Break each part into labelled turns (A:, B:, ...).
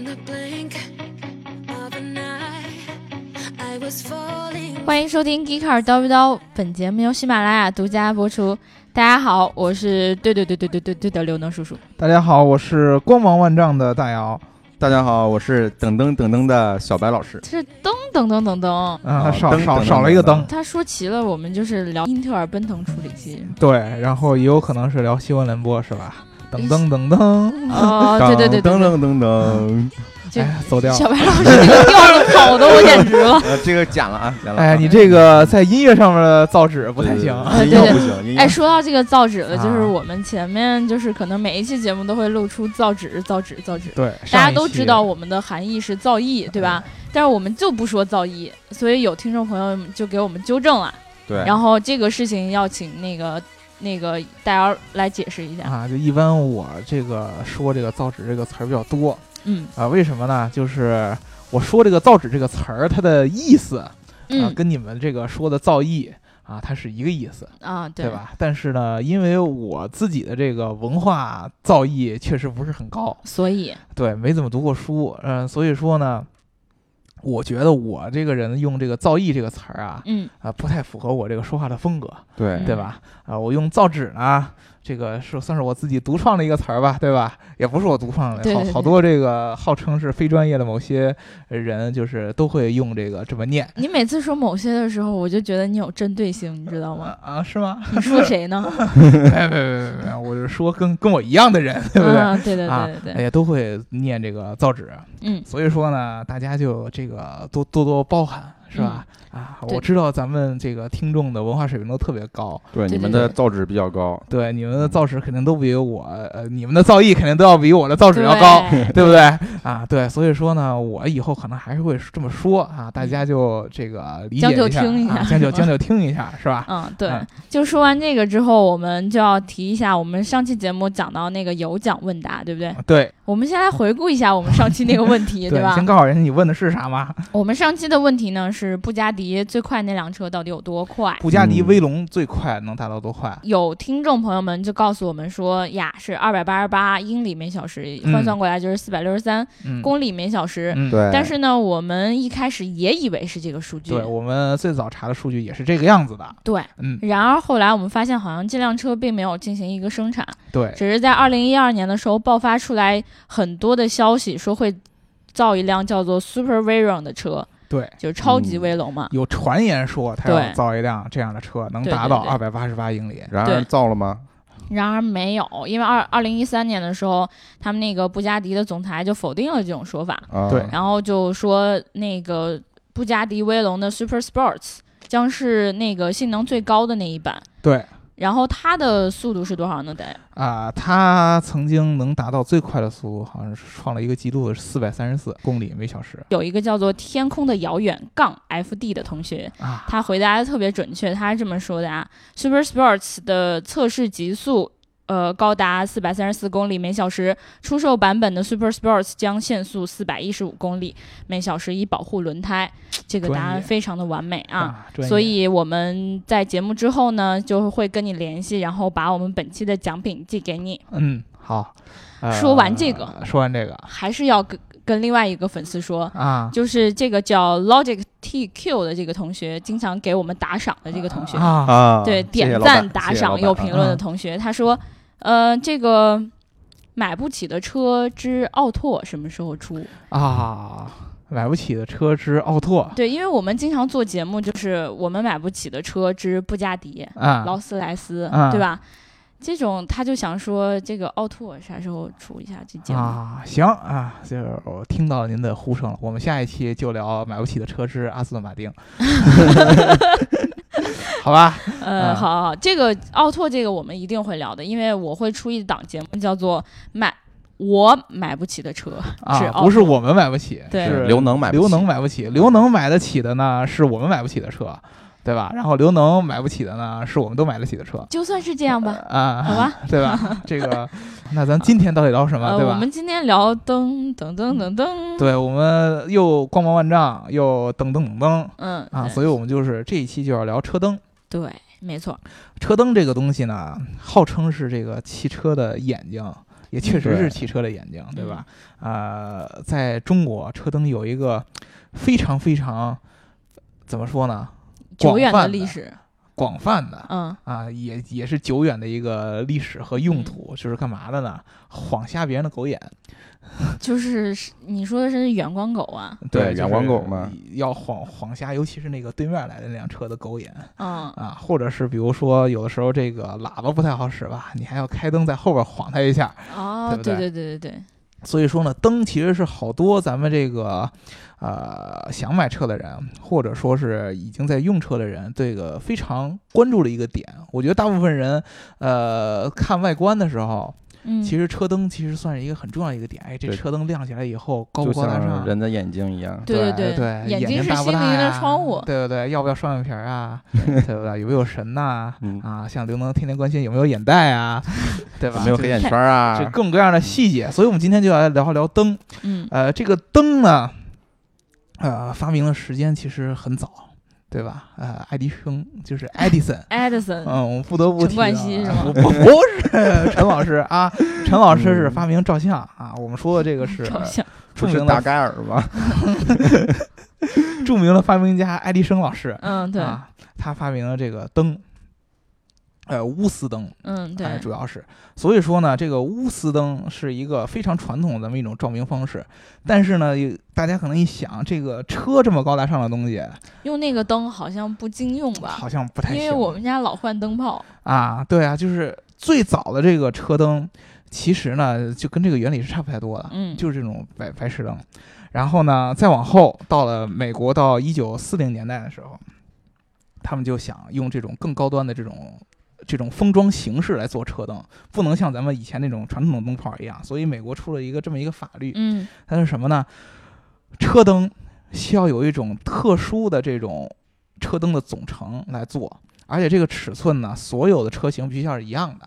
A: the blink of an eye, I was falling.
B: 欢迎收听《Geeker 叨逼叨》，本节目由喜马拉雅独家播出。大家好，我是对对对对对对对的刘能叔叔。
C: 大家好，我是光芒万丈的大姚
D: 大家好，我是噔噔噔噔的小白老师。
B: 这是噔噔噔噔噔，
C: 啊，
D: 哦
C: 少
D: 灯
C: 少
D: 灯
C: 少了一个
D: 灯
C: 灯，
B: 他说齐了，我们就是聊英特尔奔腾处理器。
C: 对，然后也有可能是聊新闻联播是吧？噔噔噔噔，
B: 哦，对对对对
D: 噔
B: 对，
D: 噔噔噔。
B: 就
C: 哎，走掉了。
B: 小白老师这个掉了口的，我简直 了。
D: 呃，这个剪了啊，剪了啊。
C: 哎，你这个在音乐上面的造纸不
D: 不
C: 太行，
B: 哎
D: 音
B: 对
D: 乐
B: 对
D: 不行。音乐
B: 哎，说到这个造纸了，
C: 啊
B: 就是我们前面就是可能每一期节目都会露出造纸、造纸、造纸。
C: 对，
B: 大
C: 上
B: 家
C: 一
B: 都
C: 期
B: 知道我们的含义是造诣，对吧？但是我们就不说造诣，所以有听众朋友就给我们纠正了。
D: 对，
B: 然后这个事情要请那个那个大姚来解释一下。
C: 啊，就一般我这个说这个造纸这个词儿比较多
B: 嗯
C: 啊，为什么呢？就是我说这个造纸这个词儿，它的意思啊
B: 嗯，
C: 跟你们这个说的造诣啊，它是一个意思。
B: 啊，
C: 对？吧？但是呢，因为我自己的这个文化造诣确实不是很高，
B: 所以
C: 对，没怎么读过书，嗯、所以说呢，我觉得我这个人用这个“造诣”这个词儿啊，
B: 嗯
C: 啊、不太符合我这个说话的风格，
D: 对
C: 对吧？啊、
B: 嗯
C: 我用“造纸”呢，这个是算是我自己独创的一个词儿吧，对吧？也不是我独创的，
B: 对对
C: 好
B: 对
C: 好多这个号称是非专业的某些人，就是都会用这个这么念。
B: 你每次说某些的时候，我就觉得你有针对性，你知道 吗？
C: 啊啊，是吗？
B: 你说谁呢？
C: 别别别别别，我是说跟跟我一样的人，对不对？
B: 嗯，对对
C: 啊
B: 对对
C: 哎
B: 对，
C: 呀，都会念这个造纸，
B: 嗯，
C: 所以说呢，大家就这个多多多包涵，是吧？啊，
B: 嗯对
C: 我知道咱们这个听众的文化水平都特别高，
D: 对，你们的造纸比较高。
C: 对
B: 嗯
C: 你们的造纸肯定都比我，呃，你们的造诣肯定都要比我的造纸要高，
B: 对。
C: 对不对？啊，对，所以说呢，我以后可能还是会这么说啊，大家就这个理解
B: 嗯将就
C: 一下，
B: 听一下
C: 啊将就 将就听一下，是吧？
B: 嗯，对
C: 嗯，
B: 就说完这个之后，我们就要提一下，我们上期节目讲到那个有奖问答，对不对？
C: 对
B: 我们先来回顾一下我们上期那个问 题，
C: 啊对，
B: 嗯吧
C: 先？告诉人家你问的是啥嘛？
B: 我们上期的问题呢是布加迪最快那辆车到底有多快？
C: 布加迪
D: 嗯
C: 威龙最快能达到多快？
B: 有听众朋友们就告诉我们说呀，是二百八十八英里每小时，
C: 嗯
B: 换算过来就是四百六十三
C: 嗯，
B: 公里每小时。
C: 嗯，
D: 对，
B: 但是呢，我们一开始也以为是这个数据，
C: 对我们最早查的数据也是这个样子的。
B: 对
C: 嗯，
B: 然而后来我们发现，好像这辆车并没有进行一个生产，
C: 对，
B: 只是在二零一二年的时候爆发出来很多的消息，说会造一辆叫做 Super Veyron 的车，
C: 对，
B: 就是超级
D: 嗯
B: 威龙嘛。
C: 有传言说他
B: 对
C: 要造一辆这样的车，能达到二百八十八英里。
D: 然
B: 对
D: 而造了吗？
B: 然而没有，因为二二零一三年的时候，他们那个布加迪的总裁就否定了这种说法，
D: 啊，
C: 对
B: 然后就说那个布加迪威龙的 Super Sports 将是那个性能最高的那一版，
C: 对
B: 然后它的速度是多少呢？得
C: 啊、他曾经能达到最快的速度，好像是创了一个记录，四百三十四公里每小时
B: 有一个叫做“天空的遥远”杠 FD 的同学，
C: 啊。
B: 他回答的特别准确，他是这么说的啊：Super Sports 的测试极速。呃，高达四百三十四公里每小时。出售版本的 Super Sports 将限速四百一十五公里每小时，以保护轮胎。这个答
C: 专
B: 案
C: 业
B: 非常的完美啊！
C: 啊，专业
B: 所以我们在节目之后呢，就会跟你联系，然后把我们本期的奖品寄给你。
C: 嗯，好。呃
B: 说完这个，
C: 说完这个
B: 还是要跟跟另外一个粉丝说，
C: 啊，
B: 就是这个叫 Logic TQ 的这个同学，经常给我们打赏的这个同学，
C: 啊，
D: 啊，
B: 对
D: 谢谢
B: 点
D: 老板
B: 赞、打赏、有评。
D: 谢谢老板啊嗯
B: 论的同学，他说，呃，这个买不起的车之奥拓什么时候出？
C: 啊，买不起的车之奥拓
B: 对，因为我们经常做节目，就是我们买不起的车之布加迪、
C: 啊，
B: 劳斯莱斯，
C: 啊
B: 对吧？这种他就想说，这个奥拓啥时候出一下这节目？
C: 啊，行啊，就是我听到您的呼声了。我们下一期就聊买不起的车之阿斯顿 马丁，好吧？
B: 呃，
C: 啊
B: 好好，好，这个奥拓这个我们一定会聊的，因为我会出一档节目叫做“买我买不起的车”，是
C: 啊，
B: 奥
C: 不是
B: 拓
C: 我们买不起，
B: 对
C: 是
D: 刘能买不起
C: 刘能买不起，刘能买得起的呢是我们买不起的车，对
D: 嗯
C: 吧？然后刘能买不起的呢是我们都买得起的车，
B: 就算是这样吧。
C: 啊，
B: 好吧，
C: 对吧？这个，那咱今天到底聊什么？
B: 呃，
C: 对
B: 我
C: 吧？
B: 们今天聊噔噔噔噔噔，
C: 对我们又光芒万丈，又噔噔噔噔
B: 嗯
C: 啊，
B: 对
C: 所以我们就是这一期就要聊车灯。
B: 对，没错，
C: 车灯这个东西呢，号称是这个汽车的眼睛，也确实
D: 嗯对
C: 是汽车的眼睛，对吧？呃，在中国，车灯有一个非常非常怎么说呢，
B: 久远
C: 广泛的
B: 历史，
C: 广泛的
B: 嗯，
C: 啊，也也是久远的一个历史和用
D: 嗯
C: 途，就是干嘛的呢？晃瞎别人的狗眼，
B: 就是是你说的是远光狗啊，
C: 就
D: 对
C: 是
D: 远光狗嘛
C: 要晃晃瞎，尤其是那个对面来的那辆车的狗眼
B: 嗯，
C: 啊，或者是比如说有的时候这个喇叭不太好使吧，你还要开灯在后边晃它一下，
B: 哦，
C: 对
B: 对
C: 不
B: 对对对对，
C: 所以说呢，灯其实是好多咱们这个，呃，想买车的人，或者说是已经在用车的人，这个非常关注的一个点。我觉得大部分人，呃，看外观的时候，
B: 嗯，
C: 其实车灯其实算是一个很重要的一个点。哎，这
D: 对
C: 车灯亮起来以后高不
D: 就
C: 高大
D: 像
C: 上？
D: 人的眼睛一样。
B: 对对
C: 对对，
B: 眼睛是
C: 大不
B: 心
C: 大
B: 灵的
C: 呀
B: 窗户
C: 对不对？要不要双眼皮儿 啊？对不对？有没有神呐、
D: 嗯，
C: 啊，像刘能天天关心有没有眼袋 啊，对吧？
D: 有没有
C: 这
D: 黑眼圈啊
C: 这？各种各样的细节，所以我们今天就来聊一聊灯。
B: 嗯
C: 呃，这个灯呢，呃，发明的时间其实很早，对吧？呃，爱迪生就是爱 迪生。
B: ，Edison，
C: 嗯，我不得不
B: 陈
C: 提
B: 冠
C: 到
B: 希
C: 啊
B: 是吗
C: 不不不是 陈老师啊，陈老师是发明照相啊。我们说的这个是
B: 照相，
C: 著
D: 不是
C: 名
D: 大
C: 的
D: 盖尔 吗？
C: 著名的发明家爱迪生老师，
B: 嗯，对，
C: 啊，他发明了这个灯，呃，钨丝灯，
B: 嗯
C: 哎
B: 对，
C: 主要是，所以说呢，这个钨丝灯是一个非常传统的那么一种照明方式。但是呢，也大家可能一想，这个车这么高大上的东西，
B: 用那个灯好像不经用吧
C: 好，像不太
B: 啊因
C: 行。
B: 为我们家老换灯泡，
C: 啊，对啊，就是最早的这个车灯，其实呢，就跟这个原理是差不太多的，
B: 嗯
C: 啊就是这种白白炽灯。然后呢，再往后到了美国到一九四零年代的时候，他们就想用这种更高端的这种。这种封装形式来做车灯，不能像咱们以前那种传统的灯泡一样，所以美国出了一个这么一个法律，
B: 嗯
C: 它是什么呢？车灯需要有一种特殊的这种车灯的总成来做，而且这个尺寸呢，所有的车型必须要是一样的。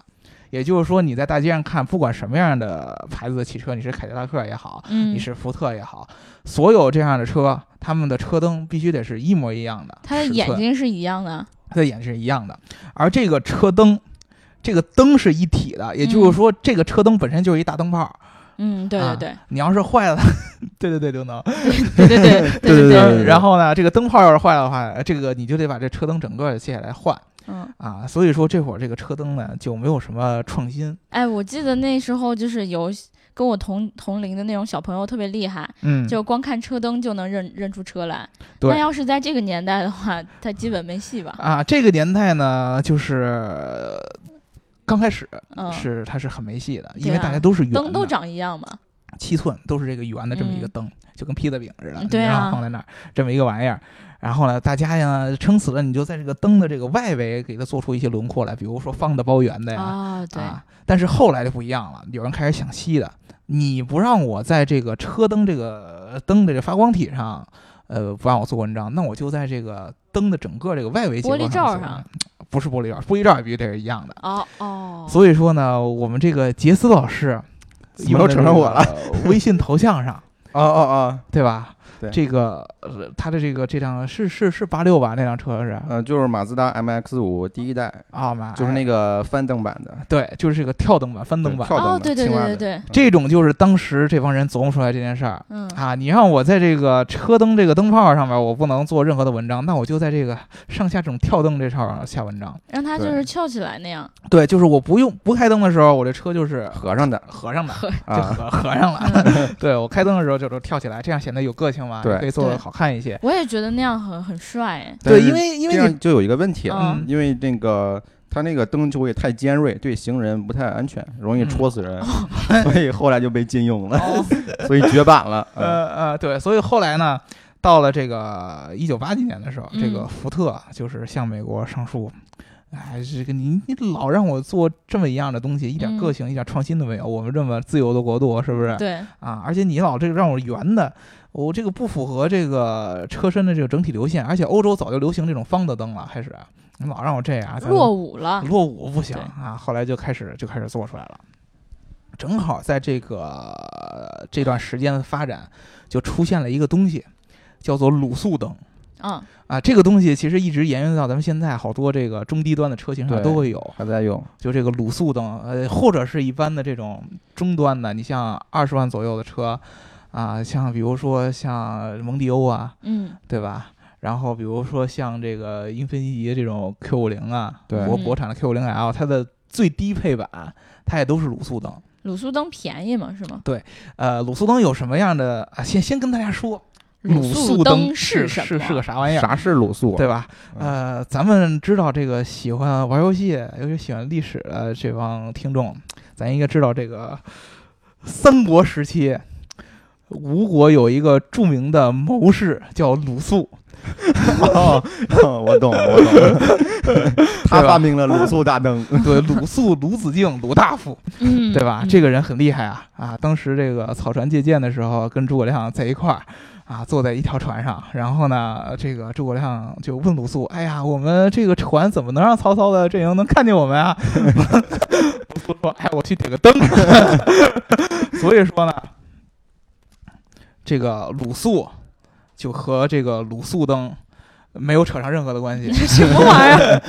C: 也就是说，你在大街上看，不管什么样的牌子的汽车，你是凯迪拉克也好，
B: 嗯
C: 你，是福特也好，所有这样的车，他们的车灯必须得是一模一样的，
B: 它的
C: 尺寸
B: 眼，睛是一样的，
C: 它的眼睛是一样的，而这个车灯。这个灯是一体的，也就是说，这个车灯本身就是一大灯泡。
B: 嗯，对
C: 啊
B: 对对
C: 你要是坏了， 对对对，刘能，
B: 对对对对对
D: 对
B: 对，
C: 嗯然后呢，这个灯泡要是坏了的话，这个你就得把这车灯整个卸下来换
B: 嗯，
C: 啊。所以说这会儿这个车灯呢就没有什么创新，
B: 哎，我记得那时候就是有跟我同同龄的那种小朋友特别厉害，
C: 嗯
B: 就光看车灯就能认认出车来。
C: 对
B: 那要是在这个年代的话，他基本没戏吧？
C: 啊这个年代呢就是。呃刚开始
B: 嗯，
C: 是它是很没戏的，
B: 对
C: 因为
B: 啊
C: 大家都是圆的，
B: 灯都长一样嘛。
C: 七寸，都是这个圆的这么一个
B: 嗯
C: 灯，就跟披萨饼似的，
B: 嗯对啊
C: 你知道放在那儿这么一个玩意儿。然后呢，大家呀撑死了，你就在这个灯的这个外围给它做出一些轮廓来，比如说方的、包圆的呀，
B: 啊，对，
C: 啊，但是后来就不一样了，有人开始想细的，你不让我在这个车灯这个呃灯的这发光体上，呃，不让我做文章，那我就在这个灯的整个这个外围结构
B: 玻璃罩
C: 做文章，不是玻璃罩，玻璃罩也必须得是一样的。
B: 哦哦，
C: 所以说呢，我们这个杰斯老师
D: 怎么又成了我了？
C: 微信头像上，
D: 哦哦哦，
C: 对吧？
D: 对
C: 这个呃，他的这个这辆是是是八六吧？那辆车是
D: 呃，就是马自达 MX 五第一代，
C: 啊妈，
D: 就是那个翻蹬版的，
C: 对，就是这个跳蹬版、翻蹬
D: 对
C: 版，
D: 跳灯
B: 哦，
D: 嘛
B: 对对
D: 青蛙
B: 对对
D: 的
B: 对，
C: 这种就是当时这帮人琢磨出来这件事儿。
B: 嗯，
C: 啊，你让我在这个车灯这个灯泡上面，我不能做任何的文章，那我就在这个上下这种跳灯这上面下文章。
B: 让它就
D: 对
B: 是翘起来那样。
C: 对，就是我不用不开灯的时候，我这车就是
D: 合上的
C: 合上的，
B: 呵
C: 就
D: 啊，
C: 合合上了。
B: 嗯
C: 对我开灯的时候就是跳起来，这样显得有个性嘛，
D: 对
C: 也可以做
B: 对
C: 的好看一些。
B: 我也觉得那样很很帅哎。
D: 但
C: 对，
D: 是
C: 因为因
D: 这
C: 为你
D: 样就有一个问题了，
B: 嗯
D: 因为那个它那个灯就会太尖锐，对行人不太安全，容
C: 嗯
D: 易戳死人，
C: 哦
D: 所以后来就被禁用了， 所以绝版了。嗯
C: 呃呃对，所以后来呢，到了这个一九八几年的时候，这个
B: 嗯
C: 福特啊就是向美国上诉。哎，这个你你老让我做这么一样的东西，一点
B: 嗯
C: 个性、一点创新都没有。我们这么自由的国度，是不是？
B: 对，
C: 啊，而且你老这个让我圆的，我这个不符合这个车身的这个整体流线，而且欧洲早就流行这种方的灯了，开始你老让我这样，咱
B: 落伍了。
C: 落伍不行
B: 对
C: 啊，后来就开始就开始做出来了。正好在这个这段时间的发展，就出现了一个东西，叫做卤素灯
B: 嗯，
C: 啊，这个东西其实一直沿用到咱们现在好多这个中低端的车型上
D: 对
C: 都会有，
D: 还在用，
C: 就这个卤素等，呃，或者是一般的这种中端的，你像二十万左右的车，啊，像比如说像蒙迪欧啊，
B: 嗯，
C: 对吧？然后比如说像这个英菲尼迪这种 Q 五零啊，
D: 对
C: 国国产的 Q 五零 L，它的最低配版它也都是卤素灯。
B: 卤素灯便宜嘛，是吗？
C: 呃，卤素灯有什么样的啊？先先跟大家说，
B: 卤
C: 素
B: 灯
C: 是
B: 什么？
C: 是是个啥玩意儿？
D: 啥是卤素？
C: 对，吧？
D: 嗯
C: 呃，咱们知道这个喜欢玩游戏，尤其喜欢历史的这帮听众，咱应该知道这个三国时期，吴国有一个著名的谋士叫鲁肃，
D: 哦，我懂，我 懂。他发明了卤素大灯，
C: 对，鲁肃、鲁子敬、鲁大夫，
B: 嗯，
C: 对吧？
B: 嗯
C: 这个人很厉害啊啊！当时这个草船借箭的时候，跟诸葛亮在一块儿。啊，坐在一条船上，然后呢，这个诸葛亮就问鲁肃：“哎呀，我们这个船怎么能让曹操的阵营能看见我们啊？” 鲁肃说：“哎，我去点个灯。” 所以说呢，这个鲁肃就和这个鲁肃灯没有扯上任何的关系。
B: 什么玩意 儿？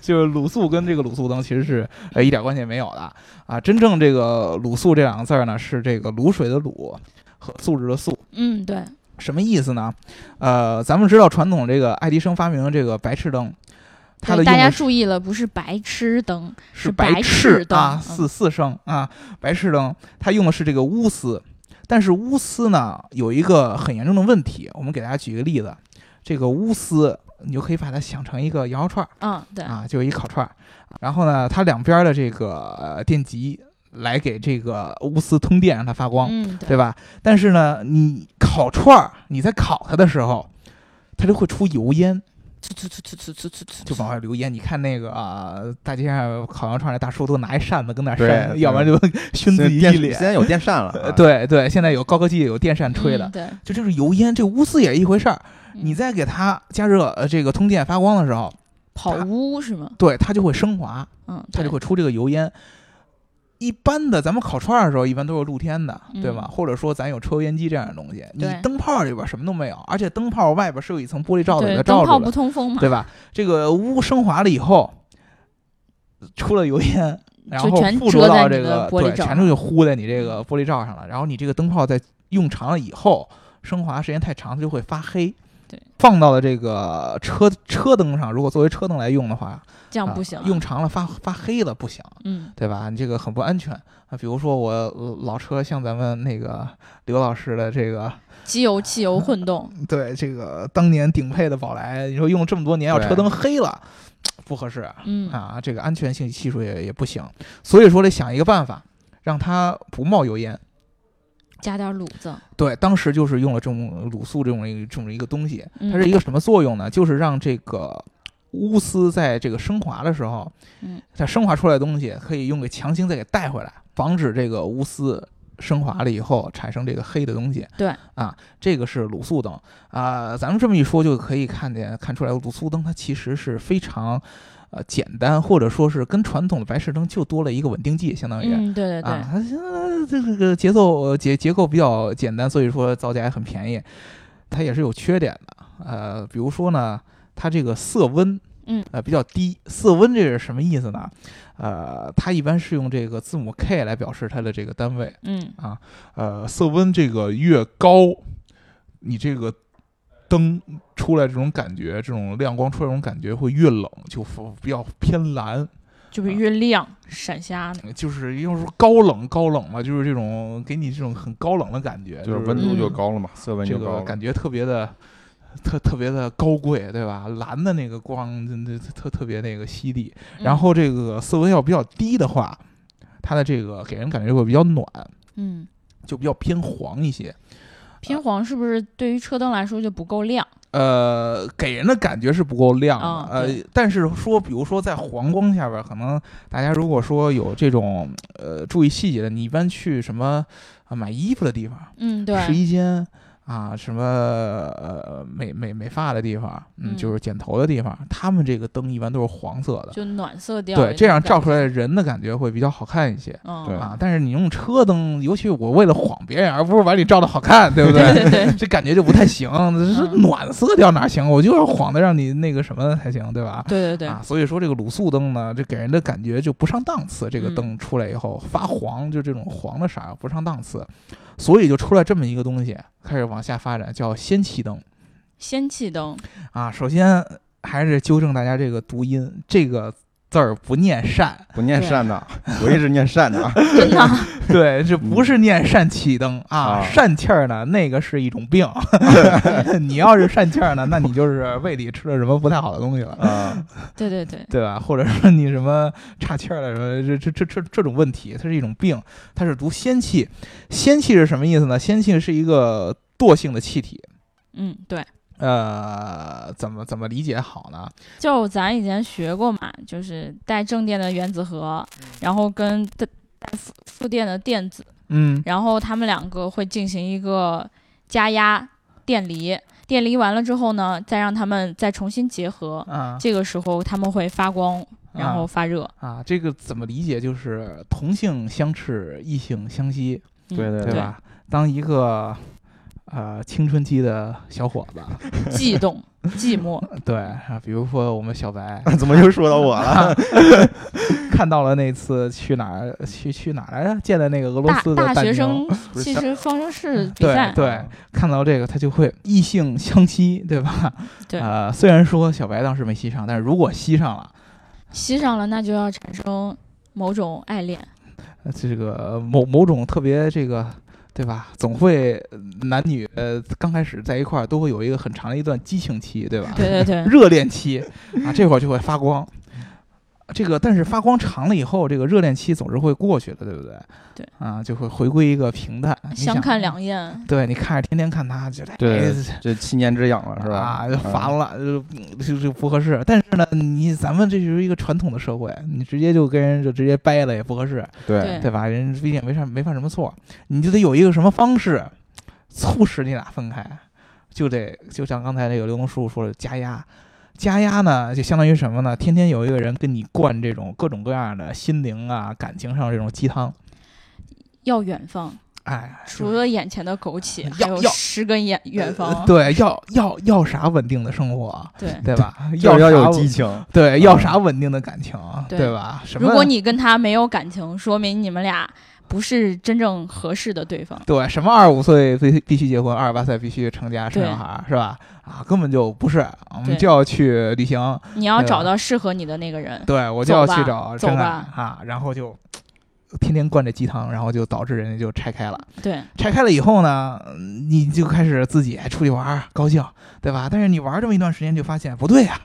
C: 就是鲁肃跟这个鲁肃灯其实是呃一点关系也没有的啊。真正这个鲁肃这两个字儿呢，是这个卤水的卤和素质的素，
B: 嗯，对，
C: 什么意思呢？呃，咱们知道传统这个爱迪生发明的这个白炽灯，它的
B: 对
C: 用
B: 大家
C: 的是
B: 注意了，不是白痴灯，是白
C: 白
B: 炽灯
C: 啊，
B: 嗯
C: 四四升啊，白炽灯，它用的是这个钨丝，但是钨丝呢有一个很严重的问题，我们给大家举一个例子，这个钨丝你就可以把它想成一个羊肉串儿。
B: 嗯，对，
C: 啊，就一烤串儿。然后呢，它两边儿的这个呃电极来给这个钨丝通电，让它发光，
B: 嗯，
C: 对
B: 对，
C: 吧？但是呢，你烤串儿，你在烤它的时候，它就会出油烟，
B: 突突突突突突突
C: 就往外流烟。你看那个啊、大街上烤羊串儿那大叔都拿一扇子跟那儿
D: 对
C: 扇，
D: 对
C: 要不然就 熏自己一
D: 电现
C: 脸。
D: 在有电扇 了
C: 呃
D: 啊，
C: 对对，现在有高科技，有电扇吹的，
B: 嗯对，
C: 就这种油烟，这钨丝也是一回事儿。你
B: 嗯
C: 在给它加热，呃，这个通电发光的时候，
B: 跑屋是吗？
C: 对它就会升华。
B: 嗯，
C: 它
B: 对
C: 就会出这个油烟。一般的，咱们烤串儿的时候，一般都是露天的，对吧？
B: 嗯
C: 或者说咱有抽油烟机这样的东西，你
B: 对
C: 灯泡里边什么都没有，而且灯泡外边是有一层玻璃罩子给
B: 对
C: 它
B: 灯
C: 罩
B: 泡
C: 住
B: 不
C: 的，
B: 通风嘛，
C: 对吧？这个屋升华了以后，出了油烟，然后
B: 就全
C: 附
B: 遮在
C: 着到
B: 你
C: 这
B: 的
C: 个
B: 玻璃
C: 对，
B: 罩上
C: 全都就糊在你这个玻璃罩上了。然后你这个灯泡在用长了以后，升华时间太长，它就会发黑。
B: 对，
C: 放到了这个车车灯上，如果作为车灯来用的话，
B: 这样不
C: 啊
B: 行啊。
C: 用长了发发黑了不行，
B: 嗯，
C: 对吧？你这个很不安全啊。比如说我呃老车，像咱们那个刘老师的这个，
B: 机油、汽油混动，
C: 对这个当年顶配的宝来，你说用这么多年，要
D: 对
C: 车灯黑了，不合适
B: 嗯，
C: 啊。这个安全性系数也也不行，所以说得想一个办法，让它不冒油烟。
B: 加点卤子，
C: 对，当时就是用了这种卤素这种一个这种一个东西，
B: 嗯
C: 它是一个什么作用呢？就是让这个钨丝在这个升华的时候，
B: 嗯，
C: 它升华出来的东西可以用给强行再给带回来，防止这个钨丝升华了以后产生这个黑的东西。
B: 对
C: 啊，这个是卤素灯啊、咱们这么一说就可以看见看出来，卤素灯它其实是非常。呃，简单或者说是跟传统的白炽灯就多了一个稳定剂，相当于、
B: 嗯，对对对，
C: 啊，它现在这个个节奏呃结结构比较简单，所以说造价也很便宜。它也是有缺点的，呃，比如说呢，它这个色温，
B: 嗯，
C: 呃，比较低。色温这是什么意思呢？呃，它一般是用这个字母 K 来表示它的这个单位。
B: 嗯，
C: 呃，色温这个越高，你这个灯出来这种感觉，这种亮光出来这种感觉会越冷，就比较偏蓝。啊
B: 就是越亮闪瞎的，
C: 就是要说高冷高冷嘛，就是这种给你这种很高冷的感觉，
D: 就是
C: 是
D: 温度
B: 嗯
D: 就高了嘛，色温
C: 这
D: 就高
C: 个
D: 了。
C: 感觉特别的特特别的高贵，对吧？蓝的那个光，真的特特别那个犀利。
B: 嗯
C: 然后这个色温要比较低的话，它的这个给人感觉会比较暖，
B: 嗯，
C: 就比较偏黄一些。
B: 嗯，偏黄是不是对于车灯来说就不够亮？
C: 呃，给人的感觉是不够亮的，
B: 啊
C: 呃
B: 对，
C: 但是说，比如说在黄光下边儿，可能大家如果说有这种呃注意细节的，你一般去什么、呃买衣服的地方，
B: 嗯，对，
C: 试衣间啊，什么呃美美美发的地方，嗯，
B: 嗯
C: 就是剪头的地方，他们这个灯一般都是黄色的，
B: 就暖色调的那种感
C: 对，
B: 觉。
C: 这样照出来的人的感觉会比较好看一些
D: 对
B: 嗯，
C: 啊。但是你用车灯，尤其我为了晃别人，而不是把你照的好看，对不对？
B: 对对，
C: 这感觉就不太行，这是
B: 嗯
C: 暖色调哪行？我就是晃的让你那个什么才行，对吧？
B: 对对对
C: 啊，，所以说这个卤素灯呢，这给人的感觉就不上档次。这个
B: 嗯
C: 灯出来以后发黄，就这种黄的色儿不上档次，所以就出来这么一个东西，开始往下发展，叫氙气灯
B: 仙气灯，
C: 啊。首先还是纠正大家这个读音，这个字儿不 念善，
D: 不念
B: 对
D: 善的，我一直念善的啊。
B: 真的啊，
C: 对，这不是念善气灯
B: 嗯
C: 啊。
D: 啊
C: 善气儿呢，那个是一 种病。 你要是善气儿呢，那你就是胃里吃了什么不太好的东西了。
D: 啊，
B: 对对对，
C: 对吧？或者说你什么岔气儿了什么，这这这这这种问题，它是一种病，它是读氙气。氙气是什么意思呢？氙气是一个惰性的气体。
B: 嗯对，
C: 呃，怎么怎么理解好呢？
B: 就咱以前学过嘛，就是带正电的原子核，然后跟带带负负电的电子，
C: 嗯
B: 然后它们两个会进行一个加压电离，电离完了之后呢，再让它们再重新结合，
C: 啊
B: 这个时候它们会发光，然后发热。
C: 啊，这个怎么理解？就是同性相斥，异性相吸，
B: 嗯
D: 对对
C: 对吧？ 当一个呃青春期的小伙子，
B: 悸动、寂寞，
C: 对啊，比如说我们小白，
D: 啊怎么又说到我了？
C: 看到了那次去哪儿去去哪儿来着？见的那个俄罗
B: 大
C: 斯的
B: 大
C: 蛋
B: 学
C: 牛
B: 生
D: 不是
B: 其
D: 像
B: 实方程式比
C: 嗯对
B: 赛，
C: 对，看到这个他就会异性相吸，对吧？
B: 对
C: 呃，虽然说小白当时没吸上，但是如果吸上了，
B: 吸上了那就要产生某种爱恋，
C: 呃这个某某种特别这个。对吧？总会呃男女呃刚开始在一块儿都会有一个很长的一段激情期，对吧？
B: 对对 对，
C: 热恋期啊，这会儿就会发光。这个但是发光长了以后，这个热恋期总是会过去的，对不对？
B: 对
C: 啊，就会回归一个平淡。你
B: 相
C: 想啊
B: 看两厌，
C: 对你看着天天看他，觉得
D: 对
C: 哎
D: 这七年之痒了是吧？
C: 啊，就
D: 啊
C: 烦了，就就就不合适。但是呢，你咱们这就是一个传统的社会，你直接就跟人就直接掰了也不合适，
D: 对
B: 对
C: 对吧？人毕竟没犯没犯什么错，你就得有一个什么方式促使你俩分开，就得就像刚才那个刘东叔叔说的加压。加压呢，就相当于什么呢？天天有一个人跟你灌这种各种各样的心灵啊、感情上这种鸡汤，
B: 要远方，
C: 哎，
B: 除了眼前的枸杞，
C: 要
B: 还有
C: 要呃
B: 十根远远方，
C: 对，要要要啥稳定的生活，
B: 对。
C: 对吧？
D: 就是要
C: 啥
D: 有
C: 稳
D: 激情，
C: 对，要
D: 嗯
C: 啥稳定的感情，
B: 对
C: 对吧？什么？
B: 如果你跟他没有感情，说明你们俩不是真正合适的对方。
C: 对什么二十五岁必须必须结婚，二十八岁必须成家生小孩儿，是吧？啊，根本就不是，我们
B: 对
C: 就要去旅行，
B: 你要
C: 对
B: 找到适合你的那个 人。
C: 对我就要
B: 走
C: 去
B: 吧
C: 找
B: 走
C: 真爱
B: 吧
C: 啊，然后就天天灌这鸡汤，然后就导致人家就拆开了。
B: 对
C: 拆开了以后呢，嗯你就开始自己哎出去玩儿，高兴，对吧？但是你玩儿这么一段时间，就发现不对呀、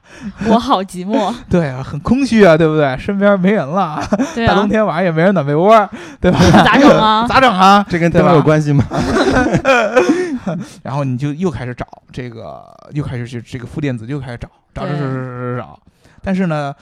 B: 我好寂 寞，
C: 对啊，很空虚啊，对不对？身边没人了，
B: 对
C: 大冬
B: 啊，
C: 天晚上也没人暖被窝儿，对吧？
B: 咋整 啊？
C: 咋整啊？
D: 这跟
C: 对
D: 灯
C: 吧
D: 有关系吗？
C: 然后你就又开始找这个，又开始去这个负电子，又开始找，找找
B: 对
C: 找找找找找。但是呢，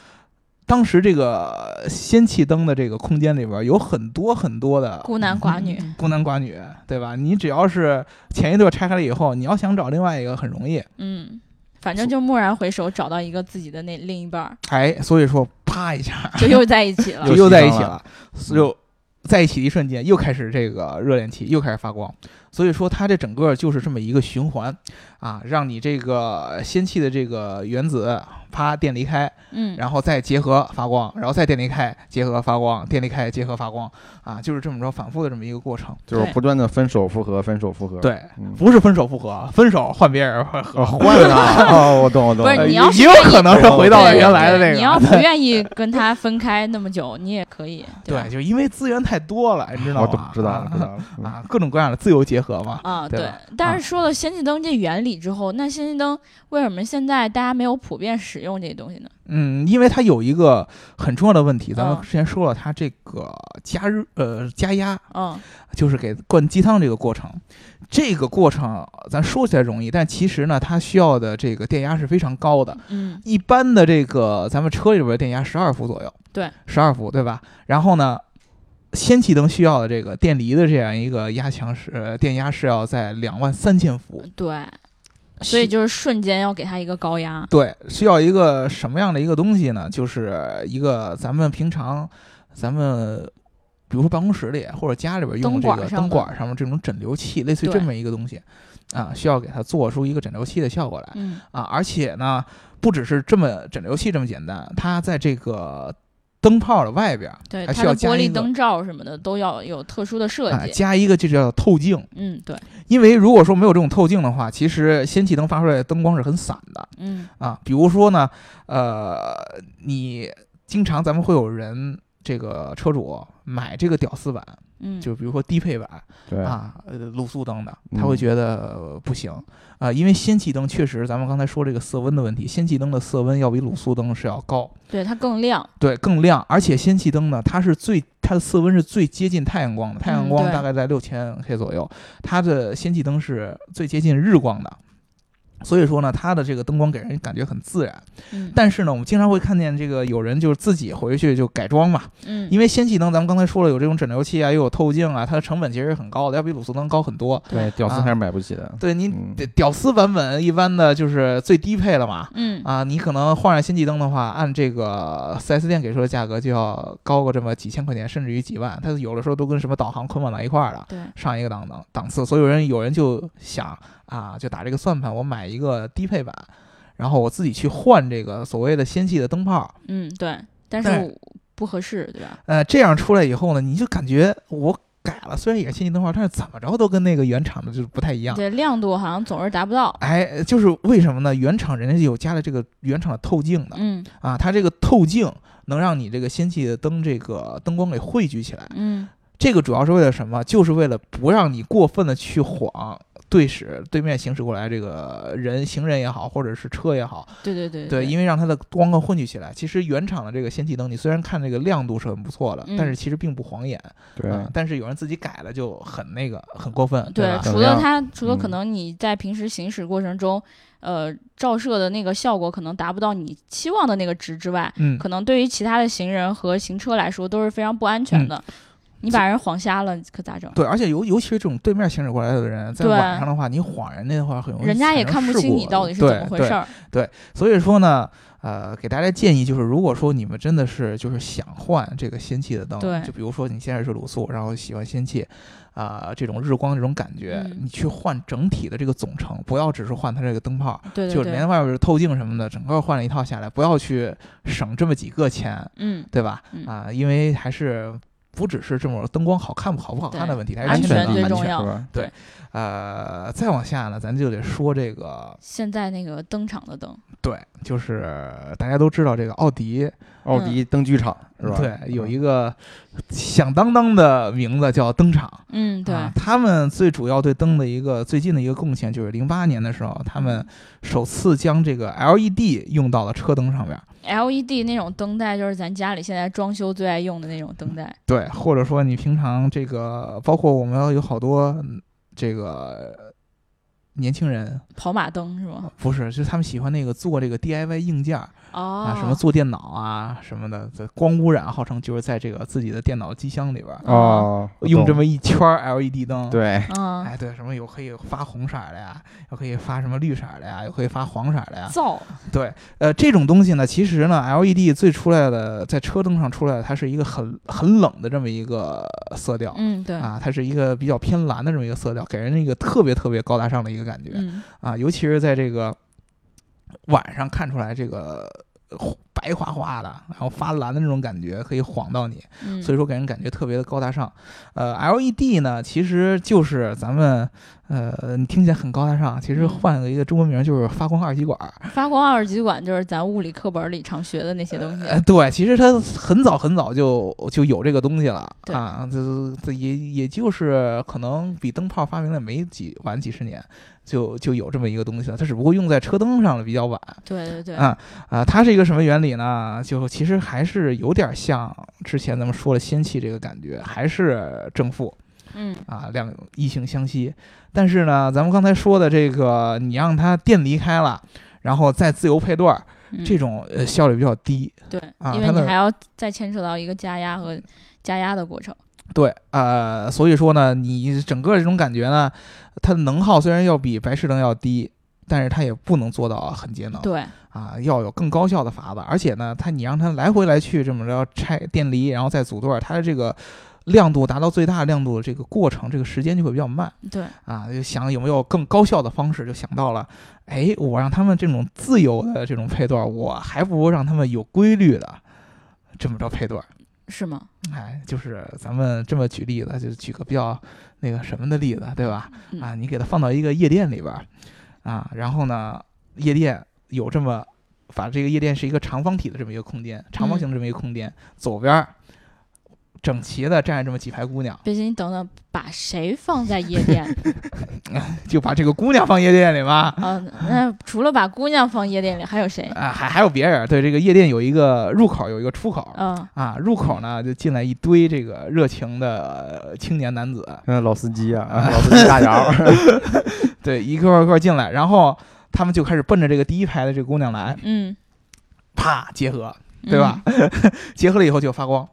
C: 当时这个氙气灯的这个空间里边有很多很多的嗯
B: 孤男寡女，
C: 孤男寡女，对吧？你只要是前一对拆开了以后，你要想找另外一个很容易，
B: 嗯，反正就蓦然回首，找到一个自己的那另一半 儿，
C: 哎，所以说啪一下
B: 就又在一起了
C: 就。
D: 又
C: 又在一
D: 提
C: 起
D: 上
C: 了，又在一起的一瞬间又开始这个热恋期，又开始发光。所以说，它这整个就是这么一个循环啊，让你这个氙气的这个原子啪电离开，
B: 嗯，
C: 然后再结合发光，然后再电离开，结合发光，电离开，结合发光啊，就是这么着反复的这么一个过程。
D: 就是
B: 对
D: 不断的分手复合，分手复合。，
C: 对，
D: 嗯，
C: 不是分手复合，分手换别人和
D: 哦，换 了啊哦，我懂，我懂。
B: 不是
D: 哎
B: 你要是
C: 也有可能是回到了
B: 对
C: 原来的
B: 对
C: 那
B: 你要
C: 个。
B: 不愿意跟他分开那么久，你也可以。吧
C: 对，就因为资源太多了，你知道
D: 我懂
C: 吗？，
D: 知道了，知
C: 啊
D: 道了。嗯
C: 啊，各种各样的自由结合嘛。
B: 啊，
C: 对
B: 对
C: 吧，
B: 但
C: 啊
B: 是说了氙气灯这原理之后，那氙气灯为什么现在大家没有普遍使用这东西呢？
C: 嗯，因为它有一个很重要的问题，咱们
B: 嗯
C: 之前说了，它这个加热呃加压
B: 嗯，
C: 就是给灌鸡汤这个过程，这个过程咱说起来容易，但其实呢，它需要的这个电压是非常高的。
B: 嗯，
C: 一般的这个咱们车里边的电压十二伏左右，
B: 对，
C: 十二伏对吧？然后呢，氙气灯需要的这个电离的这样一个压强是呃电压是要在两万三千伏，
B: 对，所以就是瞬间要给它一个高压，
C: 对，需要一个什么样的一个东西呢？就是一个咱们平常咱们比如说办公室里或者家里边用
B: 灯
C: 这
B: 管
C: 个
B: 上
C: 灯
B: 的
C: 管上面这种诊流器，类似于
B: 对
C: 这么一个东西啊，需要给它做出一个诊流器的效果来
B: 嗯，
C: 啊。而且呢，不只是这么诊流器这么简单，它在这个灯泡的外边
B: 对，
C: 还
B: 它
C: 需要
B: 的
C: 加
B: 玻
C: 一
B: 璃
C: 个
B: 灯罩什么的都要有特殊的设
C: 啊
B: 计，
C: 加一个这叫透镜，
B: 嗯，对，
C: 因为如果说没有这种透镜的话，其实氙气灯发出来的灯光是很散的
B: 嗯，
C: 啊。比如说呢，呃，你经常咱们会有人这个车主买这个屌丝版，
B: 嗯，
C: 就比如说低配版
D: 对，
C: 啊，呃，卤素灯的，
D: 嗯
C: 他会觉得、呃不行啊，因为氙气灯确实，咱们刚才说这个色温的问题，氙气灯的色温要比卤素灯是要高，
B: 对，它更亮，
C: 对，更亮，而且氙气灯呢，它是最它的色温是最接近太阳光的，太
B: 嗯
C: 阳光
B: 对
C: 大概在六千 K 左右，它的氙气灯是最接近日光的，所以说呢，它的这个灯光给人感觉很自然。
B: 嗯，
C: 但是呢，我们经常会看见这个有人就是自己回去就改装嘛，
B: 嗯，
C: 因为氙气灯咱们刚才说了有这种枕流器啊，又有透镜啊，它的成本其实很高的，要比卤素灯高很多。
D: 对，屌
C: 啊
D: 丝还是买不起的。
C: 对你
D: 嗯
C: 屌屌丝版本一般的就是最低配了嘛，
B: 嗯，
C: 啊，你可能换上氙气灯的话，按这个 4S 店给出的价格就要高个这么几千块钱，甚至于几万。它有的时候都跟什么导航捆绑到一块儿了，
B: 对，
C: 上一个档档档次。所以有人有人就想啊，就打这个算盘，我买一个低配版，然后我自己去换这个所谓的氙气的灯泡。
B: 嗯，对，但是
C: 但
B: 我不合适，对吧？
C: 呃，这样出来以后呢，你就感觉我改了，虽然也是氙气灯泡，但是怎么着都跟那个原厂的就是不太一样。
B: 对，亮度好像总是达不到，
C: 哎，就是为什么呢？原厂人家是有加了这个原厂的透镜的，
B: 嗯
C: 啊，它这个透镜能让你这个氙气的灯这个灯光给汇聚起来。
B: 嗯，
C: 这个主要是为了什么？就是为了不让你过分的去晃对驶对面行驶过来这个人行人也好，或者是车也好，
B: 对对对
C: 对，因为让它的光更混聚起来。其实原厂的这个氙气灯，你虽然看这个亮度是很不错的，但
B: 嗯
C: 是其实并不晃眼
D: 对，
C: 啊。但是有人自己改了就很那个很过分，
B: 呃对，
C: 吧？
D: 怎
B: 除
D: 么
B: 了
D: 样
B: 它，除了可
D: 嗯
B: 能你在平时行驶过程中，呃，照射的那个效果可能达不到你期望的那个值之外，
C: 嗯，
B: 可能对于其他的行人和行车来说都是非常不安全
C: 嗯
B: 的。你把人晃瞎了，可咋整？
C: 对，而且尤尤其是这种对面行驶过来的人，在
B: 对
C: 晚上的话，你晃人家的话，很容易
B: 人家也
C: 产生
B: 看不
C: 事
B: 清
C: 故
B: 你到底是
C: 对
B: 怎么回
C: 对
B: 事儿。
C: 所以说呢，呃，给大家建议就是，如果说你们真的是就是想换这个氙气的灯，
B: 对
C: 就比如说你现在是卤素，然后喜欢氙气，啊、这种日光这种感觉，
B: 嗯
C: 你去换整体的这个总成，不要只是换它这个灯泡，
B: 对
C: 就
B: 对
C: 是
B: 对
C: 连，外边的透镜什么的，整个换了一套下来，不要去省这么几个钱，
B: 嗯，
C: 对吧？
B: 嗯
C: 啊、因为还是。不只是这么灯光好看不好不好看的
B: 对
C: 问题，还
B: 安
C: 是
B: 全
C: 安
B: 最
C: 安
B: 重
C: 全
B: 要
D: 是吧？
C: 呃，再往下呢，咱就得说这个，
B: 现在那个登场的灯，
C: 对，就是大家都知道这个奥迪，
D: 奥迪灯具厂是吧？
C: 嗯
D: 嗯
C: 对，有一
D: 个
C: 个响当当的名字叫灯厂。
B: 嗯，对，
C: 啊，他们最主要对灯的一个最近的一个贡献，就是零八年的时候，他们
B: 嗯
C: 首次将这个 LED 用到了车灯上面。
B: LED E 那种灯带就是咱家里现在装修最爱用的那种灯带，
C: 对，或者说你平常这个，包括我们有好多嗯这个年轻人，
B: 跑马灯是吗？
C: 不是，就是他们喜欢那个做这个 DIY 硬件儿
B: 哦，
C: 啊，什么做电脑啊什么的，这光污染号称就是在这个自己的电脑机箱里边儿
D: 哦，我
C: 啊用
D: 懂
C: 这么一圈儿 LED 灯。
D: 对，
B: 嗯，
C: 哎，对，什么有可以发红色儿的呀，有可以发什么绿色儿的呀，有可以发黄色儿的呀。
B: 造，
C: 对，呃，这种东西呢，其实呢，LED 最出来的在车灯上出来的，它是一个很很冷的这么一个色调。
B: 嗯，对，
C: 啊，它是一个比较偏蓝的这么一个色调，给人一个特别特别高大上的一个感觉、
B: 嗯，
C: 啊，尤其是在这个晚上看出来这个呃白花花的，然后发蓝的那种感觉，可以晃到你。
B: 嗯，
C: 所
B: 以
C: 以说给人感觉特别的高大上。呃，LED 呢，其实就是咱们呃，你听起来很高大上，其实
B: 嗯
C: 换了一个中文名就是发光二极管儿。
B: 发光二极管就是咱物理课本里常学的那些东西，
C: 呃，对，其实它很早很早就就有这个东西了
B: 对
C: 啊，这这也也就是可能比灯泡发明的没几晚几十年，就就有这么一个东西了。它只不过用在车灯上了比较晚。
B: 对对对，
C: 啊啊，它是一个什么原理呢？就其实还是有点像之前咱们说的氙气这个感觉，还是正负。
B: 嗯，
C: 啊，两异性相吸。但是呢，咱们刚才说的这个，你让它电离开了，然后再自由配对儿，
B: 嗯
C: 这种呃效率比较低。
B: 对
C: 啊，嗯
B: 因为
C: 它
B: 你
C: 的
B: 还要再牵扯到一个加压和加压的过程，
C: 对，呃，所以说呢，你整个这种感觉呢，它的能耗虽然要比白炽灯要低，但是它也不能做到很节能。
B: 对，
C: 啊，要有更高效的法子，而且呢，它你让它来回来去这么着拆电离，然后再组对儿，它的这个亮度达到最大亮度的这个过程，这个时间就会比较慢
B: 对，
C: 啊。就想有没有更高效的方式，就想到了，哎，我让他们这种自由的这种配对儿，我还不如让他们有规律的这么着配对儿。
B: 是吗？
C: 哎，就是咱们这么举例子，就举个比较那个什么的例子，对吧？
B: 嗯
C: 啊，你给它放到一个夜店里边儿，啊，然后呢，夜店有这么把这个夜店是一个长方体的这么一个空间，长
B: 嗯
C: 方形的这么一个空间，左边儿整齐的站着这么几排姑娘，
B: 毕竟你等等，把谁放在夜 店？
C: 就把这个姑娘放夜店里嘛。
B: 啊，那除了把姑娘放夜店里，还有谁？
C: 啊，还还有别人对这个夜店有一个入口，有一个出口
B: 嗯，
C: 啊，入口呢就进来一堆这个热情的呃青年男子，
D: 嗯，老司机啊，老司机大 姚，
C: 对，一个一个进来，然后他们就开始奔着这个第一排的这个姑娘来，
B: 嗯，
C: 啪结合，对吧？？结合了以后就发光。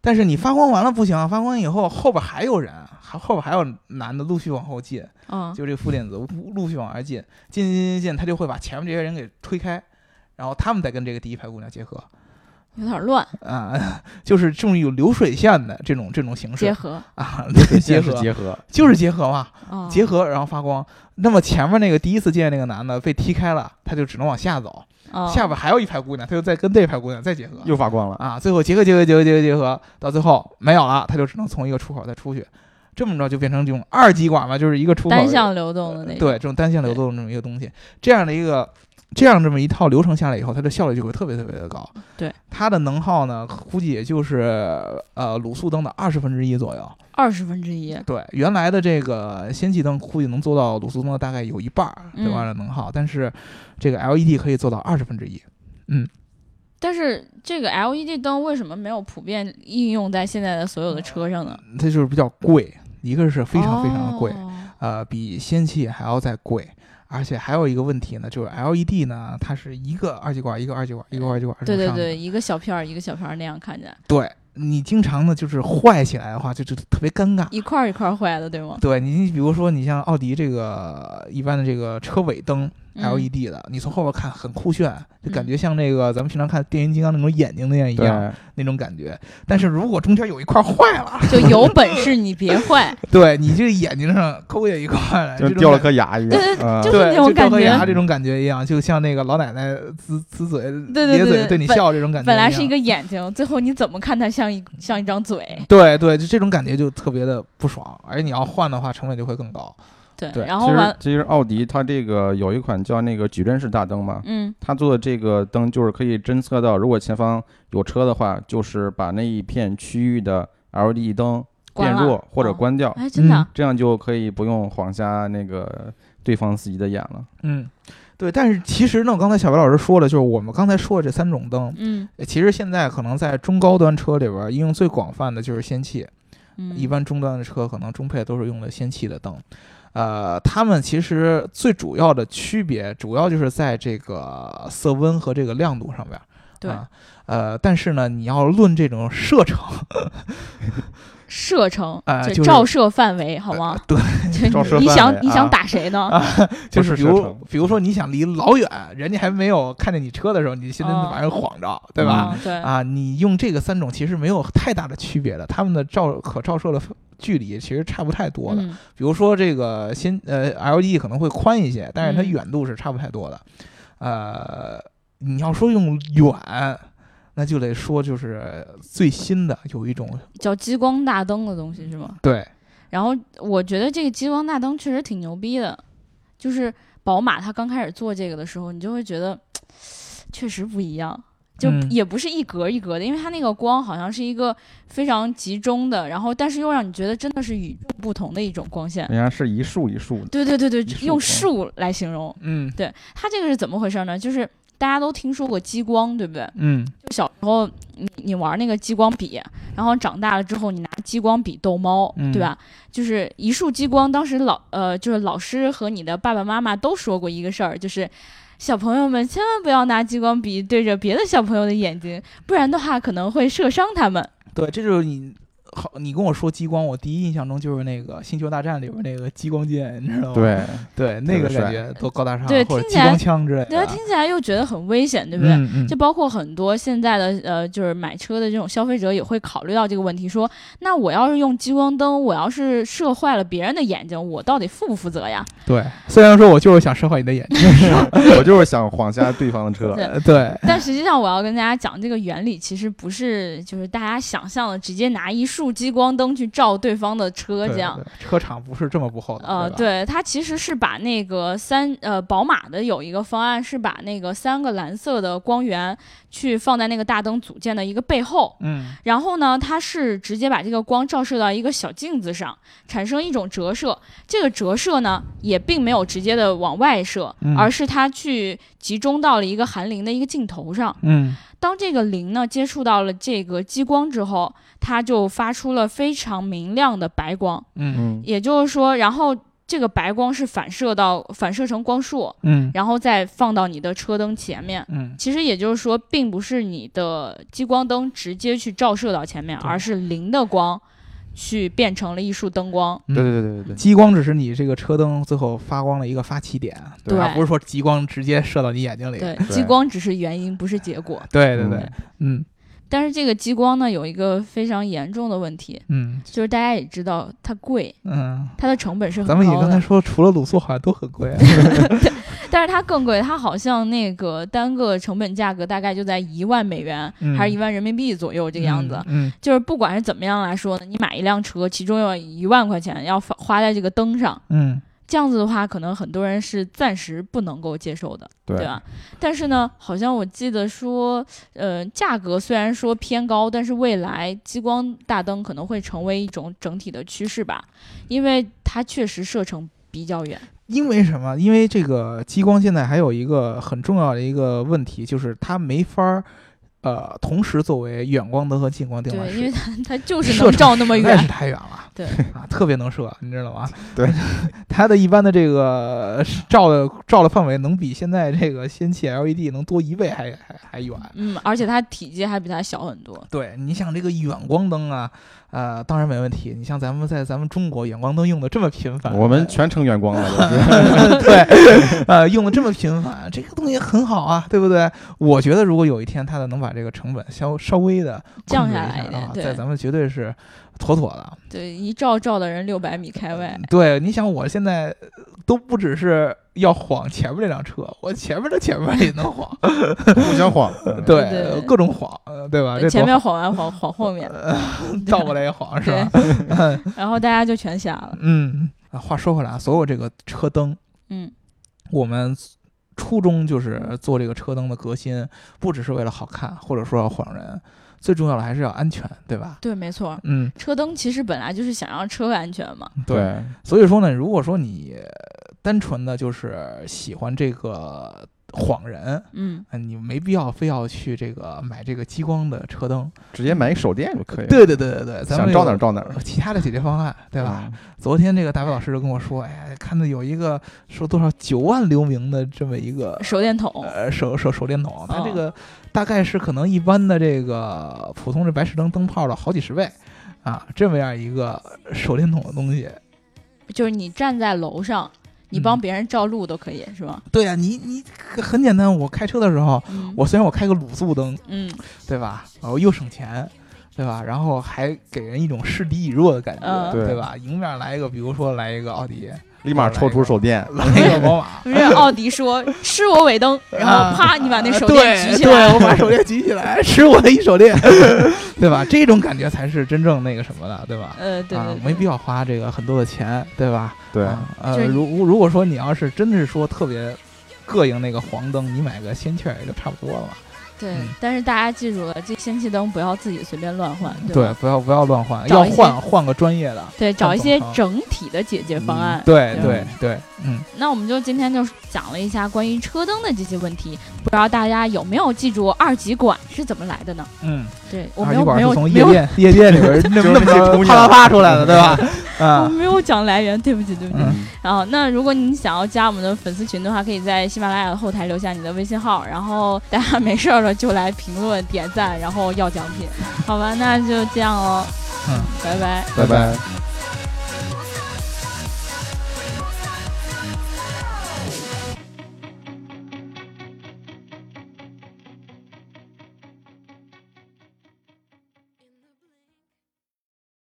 C: 但是你发光完了不行啊，发光以后后边还有人，还后边还有男的陆续往后进，
B: 嗯，
C: 就这个负电子呜陆续往外进，进进进进，他就会把前面这些人给推开，然后他们再跟这个第一排姑娘结合
B: 有点乱，
C: 啊、 就是这种有流水线的这种这种形
B: 结
C: 式
B: 合
C: 啊，结
D: 现实
C: 合
D: 结合，
C: 就是结合嘛，
B: 啊，
C: 结合然后发光。那么前面那个第一次见那个男的被踢开了，他就只能往下走，
B: 啊
C: 下边还有一排姑娘，他就再跟这排姑娘再结合，
D: 又发光了，
C: 啊，最后结合结合结合结合结合，到最后没有了，他就只能从一个出口再出去，这么着就变成这种二极管嘛，就是一个出口
B: 单向流动的那
C: 对这种单向流动这么一个东西，这样的一个这样这么一套流程下来以后，它的效率就会特别特别的高。
B: 对，
C: 它的能耗呢，估计也就是呃卤素灯的二十分之一左右。
B: 二十分之一，
C: 对，原来的这个氙气灯估计能做到卤素灯的大概有一半儿对吧的能耗，但是这个 LED 可以做到二十分之一。
B: 但是这个 LED 灯为什么没有普遍应用在现在的所有的车上呢？
C: 它就是比较贵，一个是非常非常的贵，
B: 哦
C: 呃，比氙气还要再贵。而且还有一个问题呢，就是 LED 呢，它是一个二极管一个二极管一个二极管这
B: 对
C: 么
B: 对
C: 上的
B: 对，一个小片儿一个小片儿那样看起来，
C: 对你经常呢就是坏起来的话，就就特别尴尬。
B: 一块儿一块儿坏的，对吗？
C: 对你，你比如说你像奥迪这个一般的这个车尾灯
B: 嗯
C: LED 的，你从后边看很酷炫，就感
B: 嗯
C: 觉像那个咱们平常看变形金刚那种眼睛那样一
D: 对，
C: 样哎那种感觉。但是如果中间有一块坏了，
B: 就有本事你别坏，
C: 对你这眼睛上抠下一块来，
D: 就
C: 这种
D: 掉了
C: 感
D: 颗牙一
B: 对对
D: 样，
B: 对
D: 啊
B: 就，是
C: 对，
B: 那种
C: 就掉
B: 感
C: 颗
B: 觉
C: 牙这种感觉一样，就像那个老奶奶呲呲嘴、
B: 对对
C: 咧
B: 对
C: 嘴
B: 对
C: 对你
B: 本
C: 笑这种感觉。
B: 本来是一，个眼睛，最后你怎么看它像一像一张嘴？
C: 对对，就这种感觉就特别的不爽，而你要换的话，成本就会更高。
B: 对，
C: 对
B: 然后
D: 其实
B: 完，
D: 其实奥迪它这个有一款叫那个矩阵式大灯嘛，
B: 嗯
D: 它做的这个灯就是可以侦测到，如果前方有车的话，就是把那一片区域的 LED 灯
B: 关
D: 变
B: 了
D: 弱或者
B: 哦
D: 关掉，
B: 哎，真的啊，
D: 这样就可以不用晃瞎那个对方司机的眼了。
C: 嗯，对。但是其实呢，我刚才小白老师说了，就是我们刚才说的这三种灯，
B: 嗯
C: 呃其实现在可能在中高端车里边儿应用最广泛的就是氙气。
B: 嗯，
C: 一般中端的车可能中配都是用的氙气的灯，呃，它们其实最主要的区别，主要就是在这个色温和这个亮度上边。
B: 对
C: 啊，呃，但是呢，你要论这种射程，
B: 射程
C: 呃
B: 就
C: 就是呃
B: 照射范围好吗？
C: 对，
B: 就
D: 照射
B: 你
D: 范
B: 想
D: 围
B: 你想
D: 啊
B: 打谁呢？
C: 就
D: 不
C: 是比
D: 是射
C: 如
D: 程，
C: 比如说你想离老远，人家还没有看见你车的时候，你先
B: 哦
C: 把人晃着，对吧？
B: 嗯？对，
C: 啊，你用这个三种其实没有太大的区别的，它们的照可照射的距离其实差不太多的。
B: 嗯
C: 比如说这个新呃 LED 可能会宽一些，但是它
B: 嗯
C: 远度是差不太多的。呃，你要说用远，那就得说就是最新的有一种
B: 叫激光大灯的东西是吗？
C: 对
B: 然后我觉得这个激光大灯确实挺牛逼的，就是宝马它刚开始做这个的时候，你就会觉得确实不一样，就
C: 嗯
B: 也不是一格一格的，因为它那个光好像是一个非常集中的，然后但是又让你觉得真的是与众不同的一种光线。
D: 人家是一束一束的，
B: 对对对对
D: 一束，
B: 用
D: 光
B: 数来形容。
C: 嗯
B: 对它这个是怎么回事呢？就是大家都听说过激光，对不对？
C: 嗯
B: 就小时候你你玩那个激光笔，然后长大了之后你拿激光笔逗猫，
C: 嗯
B: 对吧？就是一束激光，当时老呃就是老师和你的爸爸妈妈都说过一个事儿，就是。小朋友们千万不要拿激光笔对着别的小朋友的眼睛，不然的话可能会射伤他们。
C: 对，这就是你好，你跟我说激光，我第一印象中就是那个《星球大战》里边那个激光剑，你知道吗？
D: 对，
C: 对，那个
D: 特别
C: 感
D: 帅
C: 觉多高大上，啊
B: 对
C: 或者
B: 听
C: 激
B: 起来
C: 光枪之类的，
B: 对，听起来又觉得很危险，对不对？
C: 啊嗯嗯
B: 就包括很多现在的呃，就是买车的这种消费者也会考虑到这个问题，说那我要是用激光灯，我要是射坏了别人的眼睛，我到底负不负责呀？
C: 对。虽然说我就是想射坏你的眼睛，
D: 我就是想晃瞎对方的 车。
B: 对
C: 呃对，
B: 但实际上，我要跟大家讲，这个原理其实不是就是大家想象的，直接拿一束激光灯去照对方的车
C: 对
B: 这样。
C: 对车厂不是这么不厚道，
B: 呃，
C: 对吧，
B: 对，它其实是把那个三呃，宝马的有一个方案是把那个三个蓝色的光源去放在那个大灯组件的一个背后，
C: 嗯，
B: 然后呢，它是直接把这个光照射到一个小镜子上，产生一种折射。这个折射呢，也并没有直接的往外射，
C: 嗯
B: 而是它去集中到了一个含磷的一个镜头上。
C: 嗯
B: 当这个磷呢接触到了这个激光之后，它就发出了非常明亮的白光。
C: 嗯
D: 嗯，
B: 也就是说，然后这个白光是反射到反射成光束，
C: 嗯
B: 然后再放到你的车灯前面。
C: 嗯，
B: 其实也就是说，并不是你的激光灯直接去照射到前面，
C: 对
B: 而是零的光去变成了一束灯光。
C: 嗯
D: 对对对对对，
C: 激光只是你这个车灯最后发光的一个发起点，啊
B: 对
C: 吧？不是说激光直接射到你眼睛里，
B: 对，
D: 对
B: 激光只是原因，不是结果。
C: 对对对
D: 嗯，
C: 嗯
B: 但是这个激光呢，有一个非常严重的问题，
C: 嗯
B: 就是大家也知道它贵，
C: 嗯。
B: 它的成本是
C: 咱
B: 很
C: 们你
B: 高
C: 刚才
B: 的，
C: 说，除了卤素好像都很贵啊，
B: 但是它更贵，它好像那个单个成本价格大概就在一万美元、
C: 嗯
B: 还是一万人民币左右这个样子。
C: 嗯，
B: 就是不管是怎么样来说呢，你买一辆车，其中有一万块钱要花花在这个灯上。
C: 嗯嗯，
B: 这样子的话，可能很多人是暂时不能够接受的，
D: 对
C: 啊
B: 吧？但是呢，好像我记得说，呃，价格虽然说偏高，但是未来激光大灯可能会成为一种整体的趋势吧，因为它确实射程比较远。
C: 因为什么？因为这个激光现在还有一个很重要的一个问题，就是它没法儿，呃，同时作为远光灯和近光灯来
B: 对，
C: 使
B: 因为
C: 用，
B: 它它就是
C: 啊射
B: 能
C: 程
B: 照那么
C: 实在是
B: 远。
C: 太远了。
B: 对
C: 啊，特别能射，你知道吗？
D: 对，
C: 它的一般的这个呃照的照的范围能比现在这个先进 LED E 能多一倍还还还远。
B: 嗯，而且它体积还比它小很多。
C: 对，你想这个远光灯啊，呃，当然没问题。你像咱们在咱们中国远光灯用的这么频繁，
D: 我们全程远光了， 都是
C: 对，呃，用的这么频繁，这个东西很好啊，对不对？我觉得如果有一天它的能把这个成本稍稍微的
B: 降下来
C: 来
B: 一
C: 一
B: 点
C: 啊，
B: 对
C: 在咱们绝对是妥妥的。啊
B: 对，一照照的人六百米开外。
C: 对，你想我现在都不只是要晃前面这辆车，我前面的前面也能晃，
D: 互相晃。
C: 对，
B: 对
C: 各种晃，呃对吧？这
B: 前
C: 多呃
B: 面晃完晃晃后面，
C: 倒过来也晃是吧？
B: 然后大家就全瞎了。
C: 嗯，啊，话说回来啊，所有这个车灯，
B: 嗯，
C: 我们初衷就是做这个车灯的革新，不只是为了好看，或者说要晃人，最重要的还是要安全，对吧？
B: 对，没错。
C: 嗯，
B: 车灯其实本来就是想让车安全嘛。
C: 对。
D: 对
C: 所以说呢，如果说你呃单纯的就是喜欢这个晃人，
B: 嗯，
C: 嗯，你没必要非要去这个买这个激光的车灯。
D: 直接买一手电就可以了，
C: 对对对对对，咱
D: 想
C: 们
D: 照
C: 有
D: 哪儿照哪儿，
C: 其他的解决方案，对吧？
D: 嗯？
C: 昨天这个大伟老师就跟我说，哎呀，看到有一个说多少九万流明的这么一个
B: 手电筒。
C: 呃手手手电筒，它
B: 哦
C: 这个大概是可能一般的这个普通的白炽灯灯泡的好几十倍啊，这么样一个手电筒的东西。
B: 就是你站在楼上，你
C: 嗯
B: 帮别人照路都可以，是吧？
C: 对呀、你你很简单，我开车的时候，
B: 嗯，
C: 我虽然我开个卤素灯，
B: 嗯
C: 对吧？然后又省钱。对吧？然后还给人一种势敌已弱的感觉，
B: 嗯
C: 对
D: 对
C: 吧？迎面来一个，比如说来一个 奥迪，
D: 立马抽出手电，
C: 来一个宝马，
B: 不是奥迪 说是我尾灯， 然后啪，你把那手电举起
C: 啊对，
B: 来。
C: 对我把手电举起来，吃我的一手电， 对吧？这种感觉才是真正那个什么的，对吧？
B: 呃，对
C: 啊
B: 对，，
C: 没必
B: 要。
C: 要花这个很多的钱，对吧？
D: 对，
C: 啊呃
B: 就，是
C: 如如果说你要是真是说特别膈应那个黄灯，你买个仙雀也就差不多了嘛。
B: 对
C: 嗯，
B: 但是大家记住了，这氙气灯不要自己随便乱换，对
C: 对
B: 吧，
C: 不要不要乱换，
B: 找
C: 要
B: 一些
C: 换换个专业的。
B: 对，找一些
C: 正常
B: 整体的解决方案。
C: 对
B: 对
C: 对对，嗯，
B: 那我们就今天就讲了一下关于车灯的这些问题，不知道大家有没有记住二极管是怎么来的呢？
C: 嗯，
B: 对我
C: 二
B: 没
C: 极
B: 有
C: 管
B: 没
C: 是
B: 有
C: 从
B: 没
C: 夜
B: 有
C: 店夜店里 边儿那么那
D: 就是那些
C: 么
D: 姑
C: 啪啪
D: 娘
C: 啪出来的，对吧？
B: 我
C: 啊，
B: 没有讲来源，对不起对不起。
C: 嗯
B: 啊，那如果你想要加我们的粉丝群的话，可以在喜马拉雅的后台留下你的微信号，然后大
C: 嗯
B: 家没事儿了就来评论、点赞，然后要奖品，好吧？那就这样哦，
E: 拜拜。
C: 拜拜。